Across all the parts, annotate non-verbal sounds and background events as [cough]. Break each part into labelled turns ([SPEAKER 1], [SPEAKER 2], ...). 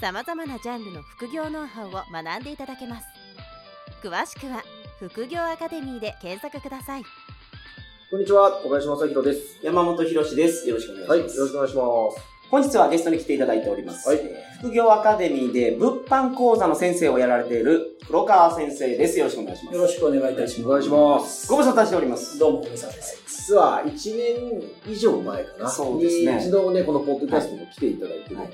[SPEAKER 1] さまざまなジャンルの副業ノウハウを学んでいただけます詳しくは「副業アカデミー」で検索ください
[SPEAKER 2] こんにちは、小林正宏です。
[SPEAKER 3] 山本博史です。よろしくお願いしま
[SPEAKER 2] はい、よろ
[SPEAKER 3] す。
[SPEAKER 2] しくお願いしま
[SPEAKER 3] 本日はゲストに来ていただいております。
[SPEAKER 2] はい
[SPEAKER 3] えー副業アカデミーで物販講座の先生をやられている黒川先生です。よろしくお願いします。
[SPEAKER 4] よろしくお願いいたし
[SPEAKER 2] す。
[SPEAKER 4] ます。
[SPEAKER 2] お願いします。
[SPEAKER 3] ご無沙汰しております。
[SPEAKER 4] どうも、梅沢です。
[SPEAKER 2] 実は1年以上前かな。
[SPEAKER 3] そうですね
[SPEAKER 2] に一度ね、このポッドキャストも来ていただいてるんでね、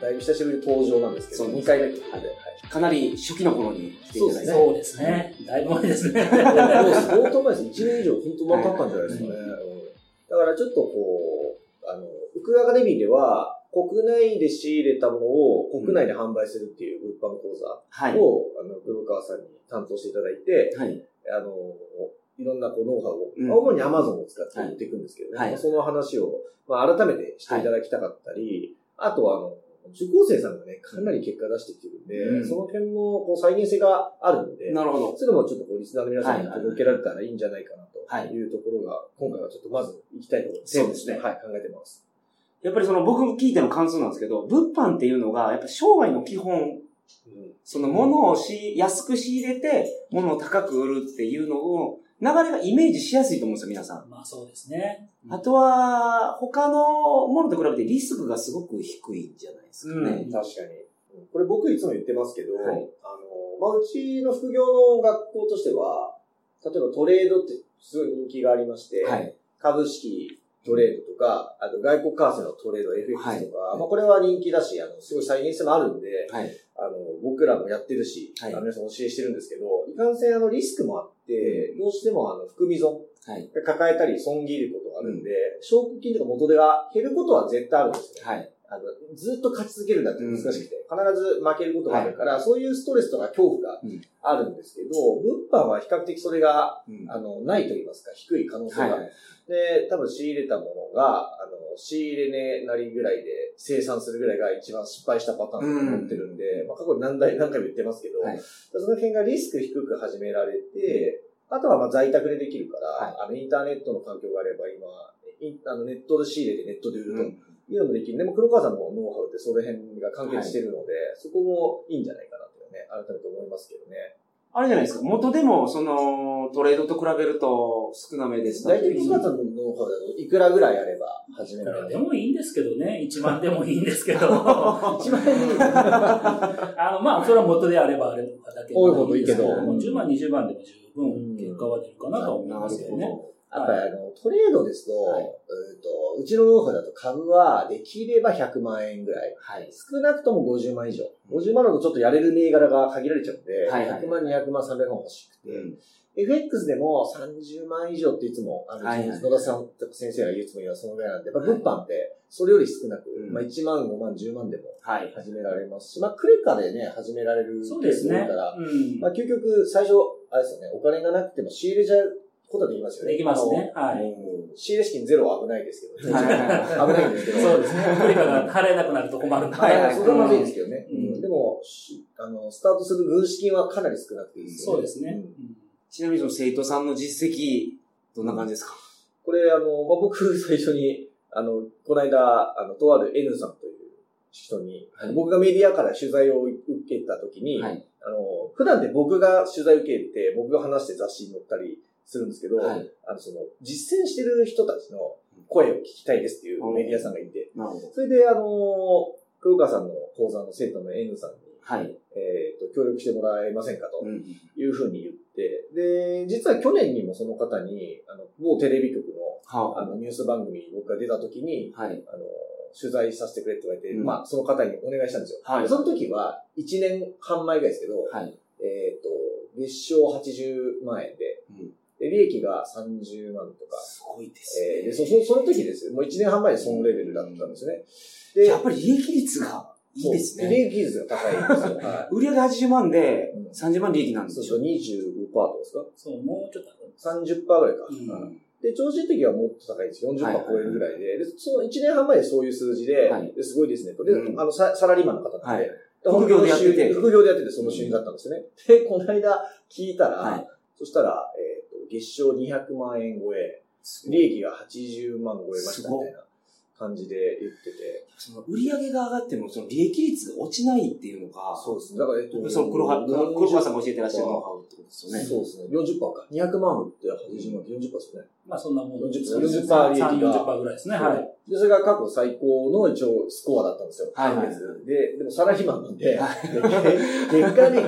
[SPEAKER 2] だいぶ久しぶりに登場なんですけど、
[SPEAKER 3] そうです
[SPEAKER 2] 2回目ということで。
[SPEAKER 3] かなり初期の頃に来ていただいて。
[SPEAKER 4] そうですね。だいぶ前です
[SPEAKER 2] [laughs]
[SPEAKER 4] ね。
[SPEAKER 2] はい、もう相当前です。1年以上、本当若かったんじゃないですかね。うんだからちょっとこう、あの、ウクアカデミーでは、国内で仕入れたものを国内で販売するっていう物販講座
[SPEAKER 3] はい。は
[SPEAKER 2] を、あの、黒川さんに担当していただいて、
[SPEAKER 3] い。
[SPEAKER 2] あの、いろんなこうノウハウを、
[SPEAKER 3] うん
[SPEAKER 2] まあ主に Amazon を使って売っていくんですけどね、
[SPEAKER 3] はい
[SPEAKER 2] まあその話を、まあ、改めてしていただきたかったり、あとはあの、受講生さんがね、かなり結果出してきてるんで、
[SPEAKER 3] うん
[SPEAKER 2] その辺もこう再現性があるので、
[SPEAKER 3] なるほど。
[SPEAKER 2] それもちょっとこうリスナーの皆さんに
[SPEAKER 3] はい
[SPEAKER 2] 届けられたらいいんじゃないかな
[SPEAKER 3] はい
[SPEAKER 2] というところが、今回はちょっとまず行きたいところ
[SPEAKER 3] そうですね
[SPEAKER 2] はい、考えてます。
[SPEAKER 3] やっぱりその僕聞いての感想なんですけど、物販っていうのがやっぱ商売の基本、その物をし、安く仕入れて、物を高く売るっていうのを、流れがイメージしやすいと思うんですよ、皆さん。
[SPEAKER 4] まあそうですね。
[SPEAKER 3] あとは、他のものと比べてリスクがすごく低いんじゃないですかね。
[SPEAKER 2] 確かに。うんこれ僕いつも言ってますけど、
[SPEAKER 3] はい
[SPEAKER 2] あの、まあ、うちの副業の学校としては、例えばトレードってすごい人気がありまして、
[SPEAKER 3] はい。
[SPEAKER 2] 株式トレードとか、あと外国為替のトレード、
[SPEAKER 3] はい
[SPEAKER 2] FX とか、まあこれは人気だし、あの、すごい再現性もあるんで、
[SPEAKER 3] はい。
[SPEAKER 2] あの、僕らもやってるし、
[SPEAKER 3] はい
[SPEAKER 2] あの皆さんお教えしてるんですけど、いかんせんあのリスクもあって、どうしてもあの、含み損
[SPEAKER 3] はい。
[SPEAKER 2] が抱えたり損切ることがあるんで、証拠金とか元手が減ることは絶対あるんですよね。
[SPEAKER 3] はい。
[SPEAKER 2] あの、ずっと勝ち続けるなんて難しくて、必ず負けることがあるから、そういうストレスとか恐怖が
[SPEAKER 3] うん
[SPEAKER 2] あるんですけど、物販は比較的それが、
[SPEAKER 3] うん
[SPEAKER 2] あの、ないと言いますか、低い可能性がある。
[SPEAKER 3] はい
[SPEAKER 2] で、多分仕入れたものが、あの、仕入れ値なりぐらいで生産するぐらいが一番失敗したパターンだと思ってるんで、まあ過去に何回、何回も言ってますけど、
[SPEAKER 3] はい
[SPEAKER 2] その辺がリスク低く始められて、あとはまあ在宅でできるから、あの、インターネットの環境があれば今、インあのネットで仕入れてネットで売るというのもできる。でも黒川さんのノウハウってその辺が関係してるので、そこもいいんじゃないかなというね、改めて思いますけどね。
[SPEAKER 3] あれじゃないですか。元でも、その、トレードと比べると少なめでした。
[SPEAKER 2] 大体黒川さんのノウハウだといくらぐらいあれば始め
[SPEAKER 4] い
[SPEAKER 2] られ
[SPEAKER 4] や
[SPEAKER 2] る
[SPEAKER 4] でもいいんですけどね。1万でもいいんですけど。
[SPEAKER 2] [laughs]
[SPEAKER 4] あ
[SPEAKER 2] 一番いい。は
[SPEAKER 4] の、まあ、それは元であればあればだけ
[SPEAKER 2] 多いほどいいけど
[SPEAKER 4] もう10万、20万でも十
[SPEAKER 2] うん
[SPEAKER 4] 分結果は出るかなと思いますけどね。
[SPEAKER 2] やっぱりあの、トレードですと、
[SPEAKER 3] はいう
[SPEAKER 2] ーとうちのノウハウだと株はできれば100万円ぐらい。
[SPEAKER 3] はい。
[SPEAKER 2] 少なくとも50万以上。50万だとちょっとやれる銘柄が限られちゃうんで、
[SPEAKER 3] はいはい
[SPEAKER 2] 100万、200万、300万欲しくて。FX でも30万以上っていつも、あの、
[SPEAKER 3] はいはい
[SPEAKER 2] 野田さんとか先生が言うつもりはそのぐらいなんで、やっぱ物販ってそれより少なく、
[SPEAKER 3] うん
[SPEAKER 2] まあ1万、5万、10万でも
[SPEAKER 3] はい。
[SPEAKER 2] 始められますし、まあクレカでね、始められる
[SPEAKER 4] そうです
[SPEAKER 2] ケースが多い
[SPEAKER 4] ね
[SPEAKER 2] から、。
[SPEAKER 4] うん
[SPEAKER 2] まあ、究極、最初、あれですよね、お金がなくても仕入れちゃうことはできますよね。
[SPEAKER 4] できますね。
[SPEAKER 2] あ
[SPEAKER 4] は
[SPEAKER 2] の。
[SPEAKER 4] い。
[SPEAKER 2] うん仕入れ資金ゼロは危ないですけど、
[SPEAKER 3] はい
[SPEAKER 2] ね、危ないんですけど。
[SPEAKER 4] そうですね。クリカが払えなくなると困るんで。
[SPEAKER 2] は
[SPEAKER 3] はいい
[SPEAKER 2] は、
[SPEAKER 3] はいい
[SPEAKER 2] それはまずいですけどね。
[SPEAKER 4] うん
[SPEAKER 2] うんでも、しあの、スタートする軍資金はかなり少なくていいですよ
[SPEAKER 4] そう
[SPEAKER 2] ね。
[SPEAKER 4] ですね。
[SPEAKER 2] ん
[SPEAKER 4] うん
[SPEAKER 3] [laughs] ちなみにその生徒さんの実績、どんな感じですか
[SPEAKER 2] これ、あの、まあ、僕、最初に、あの、この間、あの、とある N さんという人に、
[SPEAKER 3] はい
[SPEAKER 2] 僕がメディアから取材を受けた時に、
[SPEAKER 3] はい
[SPEAKER 2] あの、普段で僕が取材受けて、僕が話して雑誌に載ったりするんですけど、
[SPEAKER 3] はい
[SPEAKER 2] あの、その、実践してる人たちの声を聞きたいですっていうメディアさんがいて、
[SPEAKER 3] なるほど。
[SPEAKER 2] それで、あの、黒川さんの講座の生徒の N さんに、
[SPEAKER 3] はい。
[SPEAKER 2] えっ、と、協力してもらえませんかと
[SPEAKER 3] うん
[SPEAKER 2] いうふうに言って、で、実は去年にもその方に、あの、某テレビ局のあ
[SPEAKER 3] は
[SPEAKER 2] の、ニュース番組に僕が出た時に、
[SPEAKER 3] い。はい。
[SPEAKER 2] あの、取材させてくれって言われて、
[SPEAKER 3] うん
[SPEAKER 2] まあ、その方にお願いしたんですよ。
[SPEAKER 3] はい
[SPEAKER 2] その時は、1年半前ぐらいですけど、
[SPEAKER 3] はい。
[SPEAKER 2] えっ、と、月賞80万円で、
[SPEAKER 3] うん
[SPEAKER 2] で、利益が30万とか、
[SPEAKER 3] すごいですね
[SPEAKER 2] えーでそ、そその時ですよ。もう1年半前でそのレベルだったんですね。で、
[SPEAKER 3] やっぱり利益率がいいです
[SPEAKER 2] そう
[SPEAKER 3] ね。
[SPEAKER 2] 利益率が高い
[SPEAKER 3] [laughs]
[SPEAKER 2] んですよ。は
[SPEAKER 3] 売上80万で
[SPEAKER 2] うん
[SPEAKER 3] 30万利益なん
[SPEAKER 2] い。
[SPEAKER 3] で
[SPEAKER 2] そう
[SPEAKER 3] し
[SPEAKER 2] そ
[SPEAKER 3] ょ
[SPEAKER 2] う、25%とかですか
[SPEAKER 4] そう、もうちょっとあるんです。
[SPEAKER 2] 30%ぐらいか。
[SPEAKER 4] うん
[SPEAKER 2] はいで、超人的はもっと高いです。40%
[SPEAKER 3] はい
[SPEAKER 2] 超えるぐらいで、で、その1年半前にそういう数字で、
[SPEAKER 3] はい
[SPEAKER 2] ですごいですねと。で、
[SPEAKER 3] うん
[SPEAKER 2] あのサ、サラリーマンの方なんで、
[SPEAKER 3] 副業でやってて
[SPEAKER 2] 副業でやってて、その収入だったんですよね。で、この間聞いたら、
[SPEAKER 3] はい
[SPEAKER 2] そしたら、えっ、と、月賞200万円超え、
[SPEAKER 3] すごい
[SPEAKER 2] 利益が80万超えましたみたいな感じで言ってて。
[SPEAKER 3] その売上が上がっても、その利益率が落ちないっていうのが、
[SPEAKER 2] そうですね。だから、えっ
[SPEAKER 3] その黒は黒黒川さんが教えてらっしゃるノウハウってことです
[SPEAKER 2] そう
[SPEAKER 3] よね。
[SPEAKER 2] ですね。40%か。200万売って80万って40%ですね。
[SPEAKER 4] まあそんなもんです。
[SPEAKER 2] 40%
[SPEAKER 4] 3、
[SPEAKER 2] 利益が
[SPEAKER 4] 40%ぐらいですね。はい。
[SPEAKER 2] で、それが過去最高の一応スコアだったんですよ。
[SPEAKER 3] はいはい
[SPEAKER 2] 今月で、でもサラリーマンなんで、で
[SPEAKER 3] は
[SPEAKER 2] 月間利益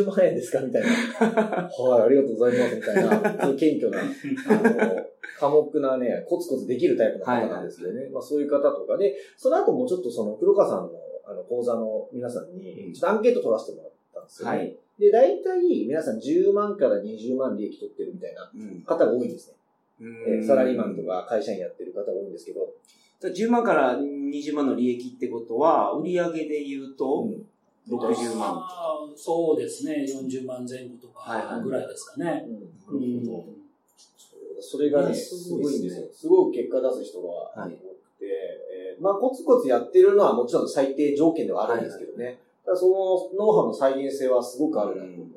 [SPEAKER 2] 80万円ですかみたいな。はい、ありがとうございます、みたいな。そういう謙虚な、あの、寡黙なね、コツコツできるタイプの方なんですけどね。まあそういう方とかで、その後もちょっとその黒川さんのあの講座の皆さん
[SPEAKER 3] うん
[SPEAKER 2] に、ちょっとアンケート取らせてもらったんですよ、
[SPEAKER 3] は
[SPEAKER 2] ね。
[SPEAKER 3] い。
[SPEAKER 2] で、大体皆さん10万から20万利益取ってるみたいな
[SPEAKER 3] うん
[SPEAKER 2] 方が多いんですね。え
[SPEAKER 3] う
[SPEAKER 2] ー
[SPEAKER 3] ん
[SPEAKER 2] サラリーマンとか会社員やってる方が多いんですけど、
[SPEAKER 3] 10万から20万の利益ってことは、売上で言うと、
[SPEAKER 2] うん
[SPEAKER 3] 60万。
[SPEAKER 4] まあ。そうですね。40万前後と
[SPEAKER 3] はいは
[SPEAKER 4] か
[SPEAKER 3] い
[SPEAKER 4] ぐらいですかね。
[SPEAKER 3] なるほど
[SPEAKER 4] うん
[SPEAKER 2] それがね、
[SPEAKER 3] ね
[SPEAKER 2] すごいん
[SPEAKER 3] すご
[SPEAKER 2] です
[SPEAKER 3] い
[SPEAKER 2] よ
[SPEAKER 3] で。
[SPEAKER 2] すごい結果出す人が多
[SPEAKER 3] はい
[SPEAKER 2] くて、えーまあ、コツコツやってるのはもちろん最低条件ではあるんですけどね。ただそのノウハウの再現性はすごくあるなと思ってて。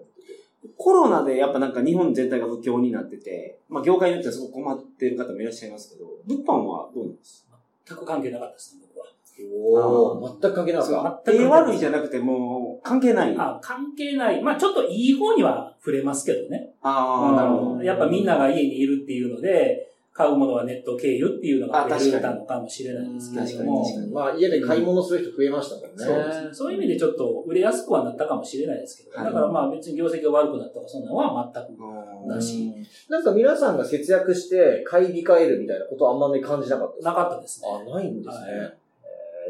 [SPEAKER 3] コロナでやっぱなんか日本全体が不況になってて、まあ業界によってはすごく困ってる方もいらっしゃいますけど、物販はどうなんです
[SPEAKER 4] 全く関係なかったですね、僕は。
[SPEAKER 3] お
[SPEAKER 2] ー全く関係なかった。
[SPEAKER 3] か手悪いじゃなくてもう関係ない。あ
[SPEAKER 4] あ関係ない。まあちょっといい方には触れますけどね。
[SPEAKER 3] あー、なるほ
[SPEAKER 4] う
[SPEAKER 3] ど。
[SPEAKER 4] んやっぱみんなが家にいるっていうので、買うものはネット経由っていうのが増えたのかもしれないですけれども。
[SPEAKER 3] 確かに
[SPEAKER 2] まあ、家で買い物する人増えましたもんね。
[SPEAKER 4] そうですね。そういう意味でちょっと売れやすくはなったかもしれないですけど、
[SPEAKER 3] はい
[SPEAKER 4] だからまあ別に業績が悪くなったとかそんなのは全く。
[SPEAKER 3] うん
[SPEAKER 4] だし
[SPEAKER 2] なんか皆さんが節約して買い控えるみたいなことはあんまり感じなかったです
[SPEAKER 4] なかったですね。
[SPEAKER 2] あ、ないんですね。
[SPEAKER 4] は
[SPEAKER 2] えー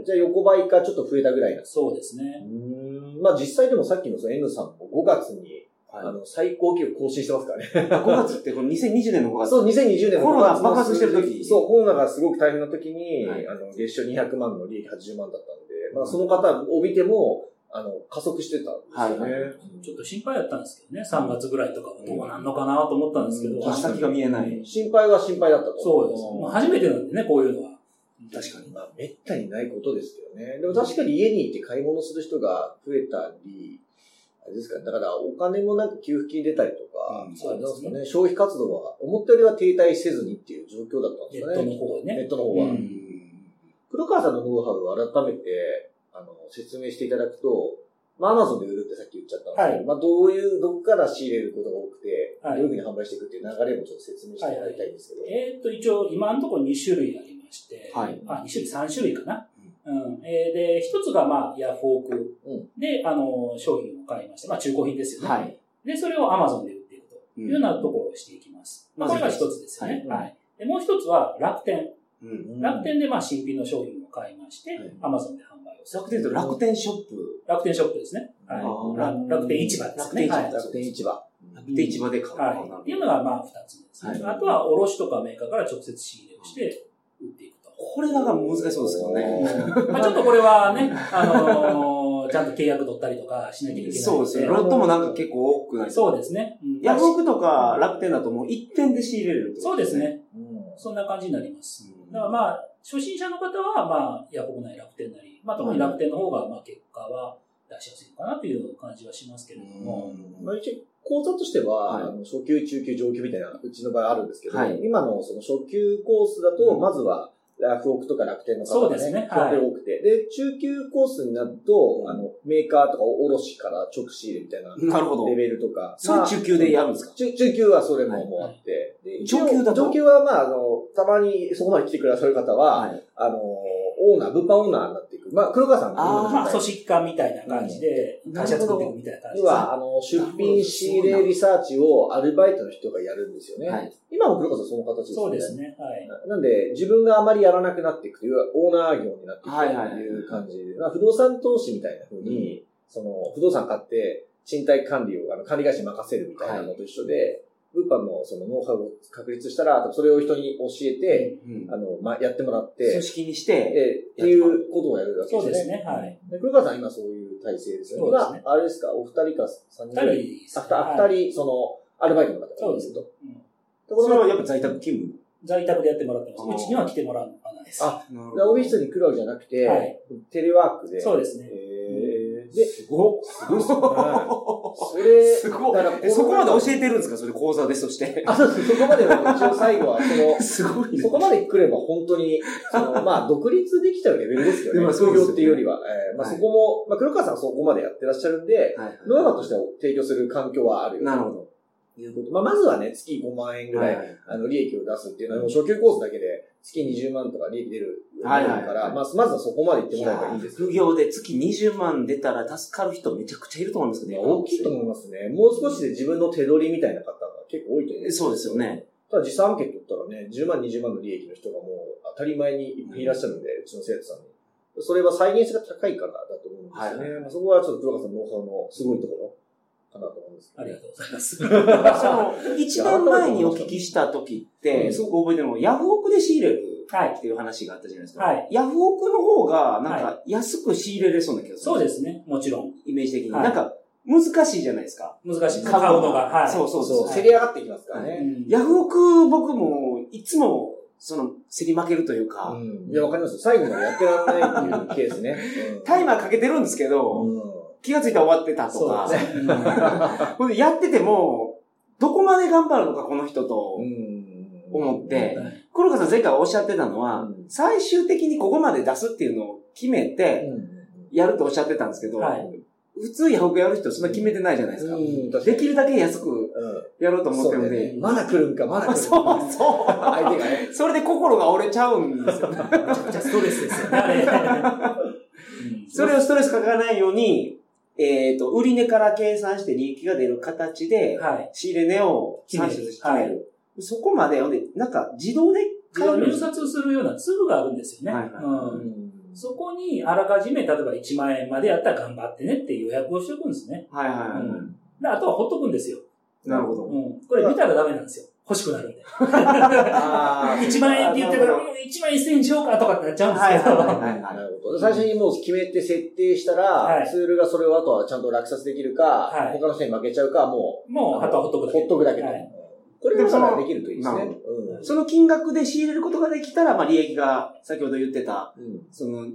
[SPEAKER 2] じゃあ横ばいかちょっと増えたぐらいな。
[SPEAKER 4] そうですね。
[SPEAKER 2] うん。まあ実際でもさっきのその N さんも5月に、
[SPEAKER 3] はい
[SPEAKER 2] あの、最高記録更新してますからね。
[SPEAKER 3] 5月ってこの2020年の5月。
[SPEAKER 2] [laughs] そう、2020年の
[SPEAKER 3] コロナ
[SPEAKER 2] 5月の
[SPEAKER 3] 爆発してる時
[SPEAKER 2] そう、コロナがすごく大変な時に、
[SPEAKER 3] はい
[SPEAKER 2] あの、月賞200万の利益80万だったので、まあ、その方を見ても、あの、加速してたんですよね。
[SPEAKER 3] はい
[SPEAKER 4] ちょっと心配だったんですけどね、3月ぐらいとかはどうなんのかなと思ったんですけど、
[SPEAKER 2] うん
[SPEAKER 3] まあ先が見えない。
[SPEAKER 2] 心配は心配だったと思
[SPEAKER 4] そうです。まあ初めてなんでね、こういうのは。
[SPEAKER 3] 確かに。
[SPEAKER 2] まあ、めったにないことですけどね。でも確かに家に行って買い物する人が増えたり、あれですかね、だからお金もなんか給付金出たりとか、
[SPEAKER 3] うん
[SPEAKER 2] そうなんですかね、消費活動は思ったよりは停滞せずにっていう状況だったんですかね。
[SPEAKER 4] ネットの方はね
[SPEAKER 2] ネットの方は。
[SPEAKER 4] うん
[SPEAKER 2] 黒川さんのノウハウを改めて、あの、説明していただくと、まあ、アマゾンで売るってさっき言っちゃったんですけど、ま
[SPEAKER 4] はい
[SPEAKER 2] あ、どういう、どこから仕入れることが多くて、
[SPEAKER 4] はい
[SPEAKER 2] どういうふうに販売していくっていう流れもちょっと説明してもらいたいんですけど。
[SPEAKER 4] えーっと、一応今のところ2種類ありまして、
[SPEAKER 3] はい。
[SPEAKER 4] あ、2種類、3種類かな。うん。えーで、一つがまあ、ヤフオク
[SPEAKER 2] うん
[SPEAKER 4] で、あの、商品を買いまして、まあ中古品ですよね。
[SPEAKER 3] はい。
[SPEAKER 4] で、それを Amazon で売っていくと
[SPEAKER 3] う
[SPEAKER 4] い
[SPEAKER 3] ん
[SPEAKER 4] うようなところをしていきます。まあ、これが一つですよね。
[SPEAKER 2] はい
[SPEAKER 4] はい。で、もう一つは楽天。
[SPEAKER 3] うん
[SPEAKER 2] うん
[SPEAKER 4] 楽天でまあ新品の商品を買いまして、
[SPEAKER 3] はい
[SPEAKER 4] Amazon で販売をする。
[SPEAKER 3] 楽天と楽天ショップ。
[SPEAKER 4] 楽天ショップですね。
[SPEAKER 2] あ
[SPEAKER 4] は
[SPEAKER 3] ー
[SPEAKER 4] い。楽楽天市場ですね。
[SPEAKER 3] 楽天市場
[SPEAKER 4] はい
[SPEAKER 2] 楽
[SPEAKER 3] 楽
[SPEAKER 2] 天市場。
[SPEAKER 3] 天市場で買う。
[SPEAKER 4] はい。っていうのがまあ二つですね。
[SPEAKER 3] はい
[SPEAKER 4] あとは卸とかメーカーから直接仕入れをして売っていくと。
[SPEAKER 3] これだから難しそうですけどね。
[SPEAKER 4] まあちょっとこれはね、あのーちゃんと契約取ったりとかしなきゃいけないので。
[SPEAKER 3] そうですね。ロットもなんか結構多くないですか
[SPEAKER 4] そうですね。うん
[SPEAKER 3] ヤフオクとか楽天だともう1点で仕入れるってこ
[SPEAKER 4] そう
[SPEAKER 3] と
[SPEAKER 4] です。ね。
[SPEAKER 2] うん
[SPEAKER 4] そんな感じになります。
[SPEAKER 3] うん
[SPEAKER 4] だからまあ、初心者の方は、まあ、ヤフオクなり楽天なり、まあ、特に楽天の方が、まあ、結果は出しやすいのかなという感じはしますけれども、
[SPEAKER 2] まあ、一応、講座としては、
[SPEAKER 3] はい
[SPEAKER 2] あの初級、中級、上級みたいな、うちの場合あるんですけど、
[SPEAKER 3] はい
[SPEAKER 2] 今のその初級コースだと、
[SPEAKER 3] うん
[SPEAKER 2] まずは、ラフオクとか楽天の方
[SPEAKER 4] そう
[SPEAKER 2] が
[SPEAKER 4] です
[SPEAKER 2] ね、
[SPEAKER 4] ね
[SPEAKER 2] 非常に多くて、で、中級コースになると、
[SPEAKER 3] うん
[SPEAKER 2] あの、メーカーとか卸から直仕入れみたいな
[SPEAKER 3] なるほど
[SPEAKER 2] レ。ベルとか。
[SPEAKER 3] それ
[SPEAKER 2] まあ
[SPEAKER 3] 中級でやるんですか
[SPEAKER 2] 中中級はそれ
[SPEAKER 3] はい
[SPEAKER 2] ももうあって。で
[SPEAKER 3] 上級だと
[SPEAKER 2] 上級は、まあ、あの、たまにそこまで来てくださる方は、
[SPEAKER 3] い。
[SPEAKER 2] あの、オーナー、物販オーナーになっていく。まあ、黒川さんも
[SPEAKER 3] あー
[SPEAKER 4] まあ、
[SPEAKER 2] 今の
[SPEAKER 4] 組織化みたいな感じで、
[SPEAKER 3] うん
[SPEAKER 4] 会社作っていくみたいな感じ
[SPEAKER 2] 要
[SPEAKER 4] ですね。
[SPEAKER 2] は、あの、出品仕入れリサーチをアルバイトの人がやるんですよね。
[SPEAKER 3] はい。
[SPEAKER 2] 今も黒川さんその形ですよね。
[SPEAKER 4] そうですね。はい。
[SPEAKER 2] なんで、自分があまりやらなくなっていくという、オーナー業になっていく
[SPEAKER 3] はいはい
[SPEAKER 2] という感じで、まあ不動産投資みたいな風に、その、不動産買って、賃貸管理を、あの、管理会社に任せるみたいなのと一緒で、物販のそのノウハウを確立したら、それを人に教えて、
[SPEAKER 3] うん
[SPEAKER 2] あの、まあ、やってもらっ
[SPEAKER 3] 組
[SPEAKER 2] て、
[SPEAKER 3] 織にして、
[SPEAKER 2] えーっていうことをやるわけ
[SPEAKER 4] そう
[SPEAKER 2] で
[SPEAKER 4] ですす
[SPEAKER 2] ね。
[SPEAKER 4] ね、はい。
[SPEAKER 2] で黒川さん今そういう体制ですよね。
[SPEAKER 4] そうです
[SPEAKER 2] 今
[SPEAKER 4] ね、
[SPEAKER 2] あれですか、お二人か三人
[SPEAKER 4] 二
[SPEAKER 2] ぐらい。
[SPEAKER 4] 人です
[SPEAKER 2] あ
[SPEAKER 4] ね
[SPEAKER 2] 二
[SPEAKER 4] はい
[SPEAKER 2] 人、その、アルバイトの方が
[SPEAKER 4] そうです
[SPEAKER 2] と。
[SPEAKER 4] うん
[SPEAKER 2] とこ
[SPEAKER 3] それ
[SPEAKER 2] ろ
[SPEAKER 3] は
[SPEAKER 2] が、
[SPEAKER 3] やっぱ在宅勤
[SPEAKER 4] 在宅でやってもらってま
[SPEAKER 3] あー
[SPEAKER 4] す。うちには来てもらうのかないです。
[SPEAKER 2] あ
[SPEAKER 3] 務。なる
[SPEAKER 2] でオフィスに来るわけじゃなくて、
[SPEAKER 4] はい
[SPEAKER 2] テレワークで。
[SPEAKER 4] そうですね。
[SPEAKER 2] えー
[SPEAKER 3] で、
[SPEAKER 2] で、
[SPEAKER 3] すごっ。
[SPEAKER 2] はいそれ、
[SPEAKER 3] すごい
[SPEAKER 2] だから
[SPEAKER 3] えそこまで教え
[SPEAKER 2] る
[SPEAKER 3] てるんですかそれ講座ですとして。
[SPEAKER 2] あ、そうです。そこまでは、一応最後は、そ
[SPEAKER 3] [laughs]
[SPEAKER 2] の、
[SPEAKER 3] すごいね
[SPEAKER 2] そ。こまで来れば本当に、そのまあ、独立できちゃうレベルですよ
[SPEAKER 3] [laughs]
[SPEAKER 2] ね。
[SPEAKER 3] まあそう
[SPEAKER 2] 創
[SPEAKER 3] ですよね
[SPEAKER 2] 業っていうよりは。えーまあ、
[SPEAKER 3] はい
[SPEAKER 2] そこも、まあ、黒川さんはそこまでやってらっしゃるんで、
[SPEAKER 3] はいはい
[SPEAKER 2] ノウハウとしては提供する環境はあるよ
[SPEAKER 3] なるほど。
[SPEAKER 2] ということ。まあ、まずはね、月5万円ぐらい、
[SPEAKER 3] はい
[SPEAKER 2] あの、利益を出すっていうのは、もう初級コースだけで月20万とか利益出るようになるから、
[SPEAKER 3] はいはいはい
[SPEAKER 2] まあ、まずはそこまで行って
[SPEAKER 3] い
[SPEAKER 2] もらえば
[SPEAKER 3] や
[SPEAKER 2] いい
[SPEAKER 3] ー
[SPEAKER 2] です。
[SPEAKER 3] 副業で月20万出たら助かる人めちゃくちゃいると思いますけど、
[SPEAKER 2] 大きいと思いますね。もう少しで自分の手取りみたいな方が結構多いと思います。
[SPEAKER 3] そうですよね。
[SPEAKER 2] ただ、実際アンケート取ったらね、10万、20万の利益の人がもう当たり前にいっぱいいらっしゃるんで、うちの生徒さんに。それは再現性が高いからだと思うんですよね。
[SPEAKER 3] はい
[SPEAKER 2] まあそこはちょっと黒川さんのノウハウのすごいところかなと思うんですけ
[SPEAKER 4] あ
[SPEAKER 2] ど、
[SPEAKER 4] りがとうございます。 [laughs]
[SPEAKER 3] その、1年前にお聞きした時って、すごく覚えてるのが、ヤフオクで仕入れる
[SPEAKER 4] はい
[SPEAKER 3] っ。ていう話があったじゃないですか。
[SPEAKER 4] はい
[SPEAKER 3] ヤフオクの方が、なん
[SPEAKER 4] は
[SPEAKER 3] か、安く仕入れれそうな気がする。
[SPEAKER 4] そうですね、もちろん。
[SPEAKER 3] イメージ的に。
[SPEAKER 4] はい
[SPEAKER 3] なんか、難しいじゃないですか。
[SPEAKER 4] 難しいです。
[SPEAKER 3] 買
[SPEAKER 4] 買
[SPEAKER 3] う
[SPEAKER 4] う
[SPEAKER 3] のが
[SPEAKER 4] のが。はい。
[SPEAKER 3] そうそう
[SPEAKER 2] そう、
[SPEAKER 3] そう。
[SPEAKER 2] 競り上がっていきますから
[SPEAKER 4] う
[SPEAKER 2] ね。
[SPEAKER 4] ん
[SPEAKER 3] ヤフオク、僕も、いつも、その、競り負けるというか、
[SPEAKER 2] うん。いや、わかりますよ。最後までやってらんないっていうケース
[SPEAKER 3] [laughs]
[SPEAKER 2] ね。うん
[SPEAKER 3] タイマーかけてるんですけど、
[SPEAKER 2] うん
[SPEAKER 3] 気がついたら終わってたと
[SPEAKER 4] そ
[SPEAKER 3] か
[SPEAKER 4] う、ですね。
[SPEAKER 3] [laughs] ほんでやってても、どこまで頑張るのか、この人と
[SPEAKER 2] う。ん
[SPEAKER 3] 思って
[SPEAKER 4] うん
[SPEAKER 3] 黒川さん前回おっしゃってたのは、
[SPEAKER 2] うん
[SPEAKER 3] 最終的にここまで出すっていうのを決め
[SPEAKER 2] うん
[SPEAKER 3] て、やるとおっしゃってたんですけど、
[SPEAKER 4] はい
[SPEAKER 3] 普通ヤフオクやる人そんな決めてないじゃないですか。
[SPEAKER 2] うん確か
[SPEAKER 3] で
[SPEAKER 2] に
[SPEAKER 3] きるだけ安く
[SPEAKER 2] うん
[SPEAKER 3] やろうと思っ
[SPEAKER 2] そ
[SPEAKER 3] て
[SPEAKER 2] う
[SPEAKER 3] るん
[SPEAKER 2] だよ
[SPEAKER 3] で
[SPEAKER 2] ね。。まだ来るんか、まだ来るん
[SPEAKER 3] あ
[SPEAKER 2] か。
[SPEAKER 3] そうそう。
[SPEAKER 2] 相手がね。
[SPEAKER 3] それで心が折れちゃうんですよ。
[SPEAKER 2] めちゃくちゃストレスですよね。
[SPEAKER 4] あれ
[SPEAKER 3] それをストレスかからないように、えっ、と、売り値から計算して利益が出る形で、
[SPEAKER 4] はい。
[SPEAKER 3] 仕入れ値を算出して決める。そこまで、ほんで、なんか自動で
[SPEAKER 4] 自動入札するようなツールがあるんですよね。
[SPEAKER 3] はいはい
[SPEAKER 4] うん
[SPEAKER 2] うん
[SPEAKER 4] そこにあらかじめ、例えば1万円までやったら頑張ってねって予約をしておくんですね。
[SPEAKER 3] はいはいはい。
[SPEAKER 4] うんであとはほっとくんですよ。
[SPEAKER 3] なるほ
[SPEAKER 4] う
[SPEAKER 3] ど。
[SPEAKER 4] ん。これ見たらダメなんですよ。欲しくなるんで。
[SPEAKER 3] あ [laughs] ー
[SPEAKER 4] 1万円って言ってから、
[SPEAKER 3] な
[SPEAKER 4] うん
[SPEAKER 3] るほど
[SPEAKER 4] 1万1000円しようかとかってなっちゃうんです
[SPEAKER 3] はい
[SPEAKER 4] けど。
[SPEAKER 3] はいはいはい
[SPEAKER 2] な。るほど。最初にもう決めて設定したら、
[SPEAKER 4] はい
[SPEAKER 2] ツールがそれをあとはちゃんと落札できるか、
[SPEAKER 4] はい
[SPEAKER 2] 他の人に負けちゃうか、も
[SPEAKER 4] もう、あとはほっと
[SPEAKER 2] う、
[SPEAKER 4] くだけ。
[SPEAKER 2] ほっとくだけで。
[SPEAKER 4] は
[SPEAKER 2] はいこれ
[SPEAKER 3] でも
[SPEAKER 2] も
[SPEAKER 3] その
[SPEAKER 2] さできるといいですね。
[SPEAKER 3] なる
[SPEAKER 2] うん
[SPEAKER 3] その金額で仕入れることができたら、まあ利益が、先ほど言ってた、
[SPEAKER 2] うん
[SPEAKER 3] その、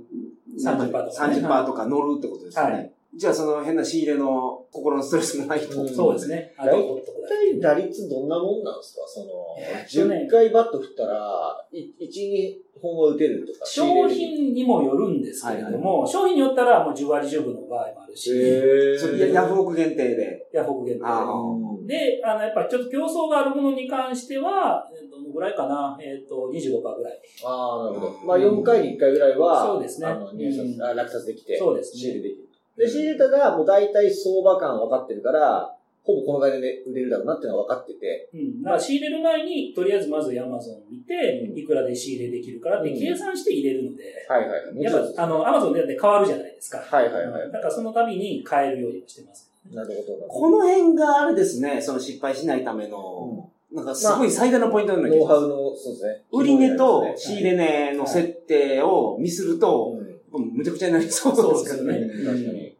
[SPEAKER 4] 30%とかね
[SPEAKER 3] 30%とか乗るってことですよね。
[SPEAKER 4] は
[SPEAKER 3] じゃあその変な仕入れの心のストレスもないと。
[SPEAKER 2] うん
[SPEAKER 4] そうですね。あとはほっとくだ
[SPEAKER 2] 大体打率どんなもんなんですかそ
[SPEAKER 4] え
[SPEAKER 2] の、
[SPEAKER 4] ーっとね
[SPEAKER 2] 10回バット振ったら、い1、2本は打てるとか。
[SPEAKER 4] け。商品にもよるんですけれども、商品によったらもう10割10分の場合もあるし、
[SPEAKER 2] へ
[SPEAKER 3] それ
[SPEAKER 2] ー
[SPEAKER 3] ヤヤフオク限定で。
[SPEAKER 4] ヤフオク限定
[SPEAKER 3] あー
[SPEAKER 2] うん
[SPEAKER 4] で。で、あの、やっぱりちょっと競争があるものに関しては、えーどのぐらいかな、えっ、と、25%ぐらい。
[SPEAKER 2] ああ、なるほど。
[SPEAKER 3] うん
[SPEAKER 2] まあ4回に1回ぐらいは、
[SPEAKER 4] そうですね
[SPEAKER 2] あの入札、
[SPEAKER 4] うん
[SPEAKER 2] あ落札できて、
[SPEAKER 4] そうですね
[SPEAKER 2] 仕入れできる。で、仕入れたが、もう大体相場感分かってるから、ほぼこのぐらいで売れるだろうなっていうのは分かってて、
[SPEAKER 4] うん。だから仕入れる前に、とりあえずまず Amazon 見て
[SPEAKER 2] う、ん
[SPEAKER 4] いくらで仕入れできるからって
[SPEAKER 2] うん
[SPEAKER 4] 計算して入れるので、
[SPEAKER 2] はいはい。もち
[SPEAKER 4] や
[SPEAKER 2] ろん
[SPEAKER 4] っぱ、あの、Amazon で変わるじゃないですか。
[SPEAKER 2] はいはいはい
[SPEAKER 4] だからその度に変えるようにもしてます。
[SPEAKER 2] なるほど。
[SPEAKER 3] この辺があれですね、その失敗しないための、なんかすごい最大のポイントなの
[SPEAKER 2] ノウハウ
[SPEAKER 3] ウ。
[SPEAKER 2] の、そうですね。
[SPEAKER 3] 売り値と
[SPEAKER 2] はい
[SPEAKER 3] 仕入れ値の設定をミスると、
[SPEAKER 2] うん
[SPEAKER 3] むちゃくちゃになりそう
[SPEAKER 4] そう
[SPEAKER 3] で
[SPEAKER 4] ですす
[SPEAKER 3] けど
[SPEAKER 4] よね
[SPEAKER 3] ね。
[SPEAKER 2] 確かに。
[SPEAKER 3] で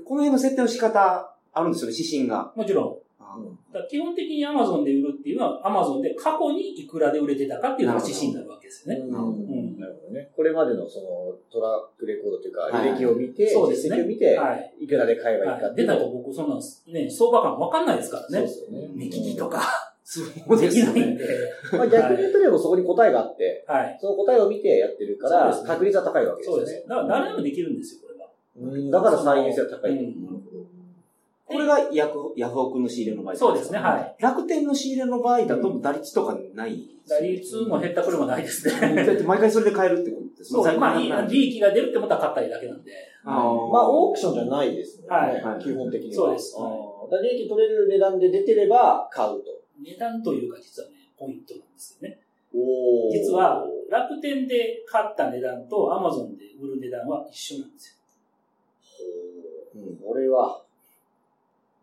[SPEAKER 3] この辺の設定の仕方、あるんですよね、指針が。
[SPEAKER 4] もちろん。
[SPEAKER 2] うん
[SPEAKER 4] だから基本的に Amazon で売るっていうのは、Amazon で過去にいくらで売れてたかっていうのが指針になるわけですよね。
[SPEAKER 2] うんなるほどね。これまでのそのトラックレコードというか、履歴を見て、
[SPEAKER 4] そうです
[SPEAKER 2] 実
[SPEAKER 4] ね
[SPEAKER 2] 績を見て、
[SPEAKER 4] はい。
[SPEAKER 2] いくらで買えばいいか
[SPEAKER 4] は
[SPEAKER 2] っ
[SPEAKER 4] い、
[SPEAKER 2] てい
[SPEAKER 4] 出
[SPEAKER 2] うの
[SPEAKER 4] た
[SPEAKER 2] を
[SPEAKER 4] と僕、そんなんすね、相場感わかんないですから
[SPEAKER 2] そうで
[SPEAKER 4] ね。
[SPEAKER 2] すよね。
[SPEAKER 4] 目利きとか、 [laughs]
[SPEAKER 3] そうで
[SPEAKER 4] でき
[SPEAKER 3] す
[SPEAKER 4] ない
[SPEAKER 3] ね。
[SPEAKER 4] んで。
[SPEAKER 2] まあ逆に言うとでもそこに答えがあって、
[SPEAKER 4] はい。
[SPEAKER 2] その答えを見てやってるから
[SPEAKER 4] そうです、ね
[SPEAKER 2] 確率は高いわけです
[SPEAKER 4] そう
[SPEAKER 2] よ
[SPEAKER 4] で
[SPEAKER 2] ね
[SPEAKER 4] す。。だから誰でもできるんですよ、これは。
[SPEAKER 2] うんだから再現性は高い。
[SPEAKER 4] うん
[SPEAKER 3] これがヤフヤフオクの仕入れの場合
[SPEAKER 4] そうですね、はい。
[SPEAKER 3] 楽天の仕入れの場合だと打率とかない。
[SPEAKER 4] 打率も減ったくれもないです
[SPEAKER 3] だ
[SPEAKER 4] ね。
[SPEAKER 3] って毎回それで買えるってことです
[SPEAKER 4] そう
[SPEAKER 3] 在
[SPEAKER 4] です、
[SPEAKER 3] 庫
[SPEAKER 4] まあ、いい
[SPEAKER 3] がなくなる
[SPEAKER 4] 利益が出るってことは買ったりだけなんで。
[SPEAKER 3] あー
[SPEAKER 2] まあ、オークションじゃないですもんね。
[SPEAKER 3] はい
[SPEAKER 2] 基本的には。
[SPEAKER 4] そうです
[SPEAKER 2] あーだから利益取れる値段で出てれば買うと。
[SPEAKER 4] 値段というか、実はね、ポイントなんですよね。
[SPEAKER 2] おー
[SPEAKER 4] 実は、楽天で買った値段と Amazon で売る値段は一緒なんですよ。
[SPEAKER 3] うん
[SPEAKER 2] これは、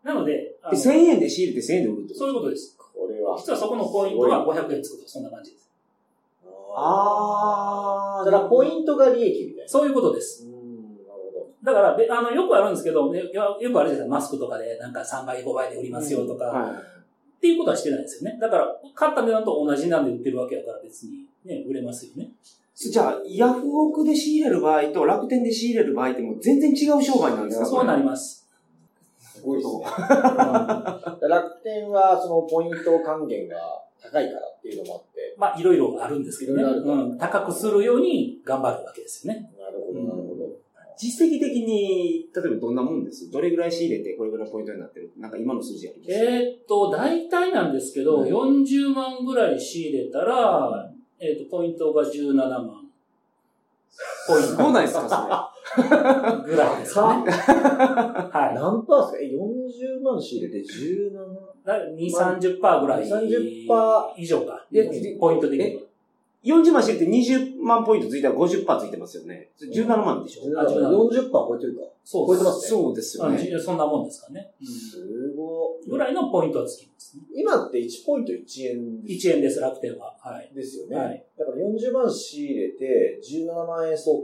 [SPEAKER 4] なので、あ
[SPEAKER 3] で
[SPEAKER 4] の
[SPEAKER 3] 1000円で仕入れて1000円で売るってこと
[SPEAKER 4] そういうことです。
[SPEAKER 2] これは。
[SPEAKER 4] 実はそこのポイントが500円つくと、そんな感じです。
[SPEAKER 3] あ
[SPEAKER 2] だ
[SPEAKER 3] ー。
[SPEAKER 2] から、ポイントが利益みたいな。
[SPEAKER 4] そういうことです。
[SPEAKER 2] うん、なるほ
[SPEAKER 4] だから、べあの、よくあるんですけど、ねよよくあるじゃないですか、マスクとかで、なんか3倍、5倍で売りますよとか、
[SPEAKER 3] は
[SPEAKER 4] っていうことはしてないですよね。だから、買った値段と同じなんで売ってるわけだから別に、ね、売れますよね。
[SPEAKER 3] い。じゃあ、ヤフオクで仕入れる場合と楽天で仕入れる場合ってもう全然違う商売なんですか
[SPEAKER 4] そうなります。
[SPEAKER 2] ど。すごいですね。
[SPEAKER 4] [laughs] ま
[SPEAKER 2] 楽天は、その、ポイント還元が高いからっていうのもあって。
[SPEAKER 4] あ、いろいろあるんですけどね。
[SPEAKER 2] いろいろあるから
[SPEAKER 4] うん。高くするように頑張るわけですよね。
[SPEAKER 2] なるほど、なるほど。
[SPEAKER 3] 実績的に、例えばどんなもんですどれぐらい仕入れてこれぐらいポイントになってるなんか今の数字あります
[SPEAKER 4] えーっと、大体なんですけど、
[SPEAKER 3] うん
[SPEAKER 4] 40万ぐらい仕入れたら、えーっと、ポイントが17万ポイン
[SPEAKER 3] すごないです [laughs] か、
[SPEAKER 4] トぐらいですかね。は
[SPEAKER 2] 何パーですかえ、40万仕入れて 17?
[SPEAKER 4] い。だ2、30%パーぐらい。
[SPEAKER 2] 30%
[SPEAKER 4] 以上か。
[SPEAKER 3] で
[SPEAKER 4] ポイント的に
[SPEAKER 3] えそれ。40万仕入れて20万ポイントついたら50%ついてますよね。それ17万でしょ、
[SPEAKER 4] あ17
[SPEAKER 2] 40%超えてるか。
[SPEAKER 4] そう
[SPEAKER 2] 超えてますね
[SPEAKER 3] そうですよ
[SPEAKER 4] あ
[SPEAKER 3] ね。
[SPEAKER 4] じそんなもんですかね。
[SPEAKER 2] すごい。
[SPEAKER 4] ぐらいのポイントはつきます、ね。
[SPEAKER 2] 今って1ポイント1円です
[SPEAKER 4] 1円です、楽天は。はい。
[SPEAKER 2] ですよね。
[SPEAKER 4] はい。
[SPEAKER 2] だから40万仕入れて、17万円相当、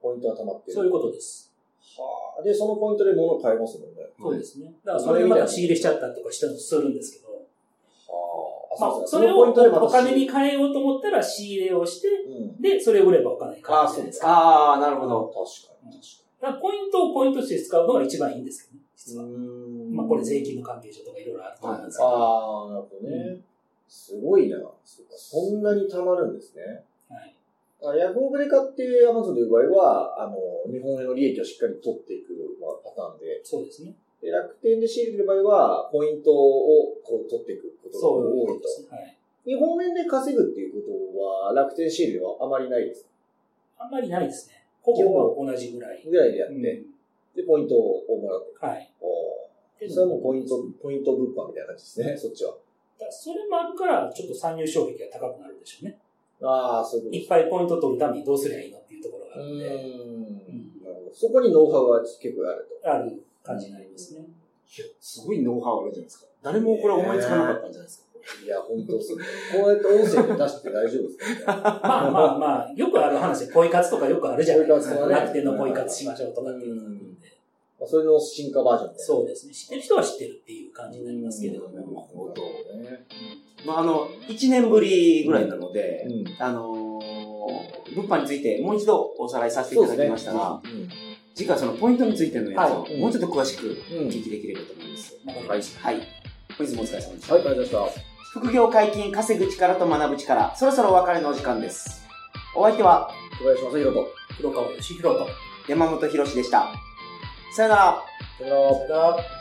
[SPEAKER 2] ポイントが貯まってる。
[SPEAKER 4] そういうことです。
[SPEAKER 2] はあ。で、そのポイントで物を買えますもんね。
[SPEAKER 4] そうですね。だからそれでまた仕入れしちゃったりとかしてするんですけど、
[SPEAKER 2] は
[SPEAKER 4] まあ
[SPEAKER 2] う、です
[SPEAKER 4] そ
[SPEAKER 2] ね
[SPEAKER 4] れをお
[SPEAKER 2] のポ
[SPEAKER 4] 金。
[SPEAKER 2] イントでまた仕入
[SPEAKER 4] に変えようと思ったら仕入れをして、
[SPEAKER 2] れうん。
[SPEAKER 4] で、それを売ればお金に変えるじゃないですか。
[SPEAKER 3] ああ、なるほど。
[SPEAKER 2] 確かに、確
[SPEAKER 4] だからポイントをポイントとして使うのが一番いいんですけどね、実
[SPEAKER 2] か
[SPEAKER 4] は。
[SPEAKER 2] に。
[SPEAKER 4] まあ、これ税金の関係上とかいろいろあると思うんですけど。は
[SPEAKER 2] ああ、なるほどね。すごいな。そうかそんなに貯まるんですね。
[SPEAKER 4] い。
[SPEAKER 2] あヤフオクで買ってアマゾンで売る場合は、あの、日本円の利益をしっかり取っていく、まあ、パターンで
[SPEAKER 4] そうですね。
[SPEAKER 2] で、楽天で仕入れてる場合は、ポイントをこう取っていくこと
[SPEAKER 4] そういう
[SPEAKER 2] が
[SPEAKER 4] こ
[SPEAKER 2] 多い
[SPEAKER 4] と
[SPEAKER 2] と
[SPEAKER 4] で。すね。はい。
[SPEAKER 2] 日本円で稼ぐっていうことは、楽天仕入れはあまりないです。
[SPEAKER 4] あんまりないですね。ほぼほぼ同じぐらい。
[SPEAKER 2] ぐらいでやって、
[SPEAKER 4] うん
[SPEAKER 2] で、ポイントをもらって
[SPEAKER 4] はい。
[SPEAKER 2] おーそれはもうポイント、ポイント物販みたいな感じですね、そっちは。
[SPEAKER 4] だからそれもあるから、ちょっと参入障壁が高くなるんでしょうね。
[SPEAKER 2] ああ、そういうこと
[SPEAKER 4] い
[SPEAKER 2] で
[SPEAKER 4] っ
[SPEAKER 2] す。
[SPEAKER 4] ぱいポイント取るためにどうすりゃいいのっていうところがあ
[SPEAKER 2] うー
[SPEAKER 4] るんで、
[SPEAKER 2] ん。なるほどそこにノウハウは結構あると。
[SPEAKER 4] ある感じになりますね。
[SPEAKER 3] すごいノウハウあるじゃないですか。誰もこれ思いつかなかったんじゃないですか。
[SPEAKER 2] いや、本当ですね。こうやって音声で出して大丈夫ですか、
[SPEAKER 4] まあまあまあ、よくある話で、ポイ活とかよくあるじゃないで
[SPEAKER 2] ポ
[SPEAKER 4] す
[SPEAKER 2] イ
[SPEAKER 4] か。
[SPEAKER 2] 活はね
[SPEAKER 4] 楽天のポイ活しましょうとかっていうのがあるんで。
[SPEAKER 2] まあ、それの進化バージョンで。
[SPEAKER 4] そうですね。知ってる人は知ってるっていう感じになりますけれど
[SPEAKER 2] なる
[SPEAKER 4] も。
[SPEAKER 2] ほどね。
[SPEAKER 3] まあ、あの、1年ぶりぐらいなので、
[SPEAKER 2] うん。
[SPEAKER 3] あのー物販についてもう一度おさらいさせていただきましたが、次回はそのポイントについてのやつを、
[SPEAKER 2] はい
[SPEAKER 3] もうちょっと詳しく
[SPEAKER 2] うん。
[SPEAKER 3] お
[SPEAKER 2] うん。はい、
[SPEAKER 3] 聞きできればと思います。
[SPEAKER 4] わかりま
[SPEAKER 3] はい
[SPEAKER 4] し。
[SPEAKER 3] 本日もお疲れ様でした。
[SPEAKER 2] ありがとうございました。
[SPEAKER 3] 副業解禁、稼ぐ力と学ぶ力、そろそろお別れのお時間です。お相手は
[SPEAKER 2] 小林正宏と。
[SPEAKER 4] た黒川義弘と。
[SPEAKER 3] 山本博史でした。さよなら。
[SPEAKER 2] さよなら
[SPEAKER 4] さよなら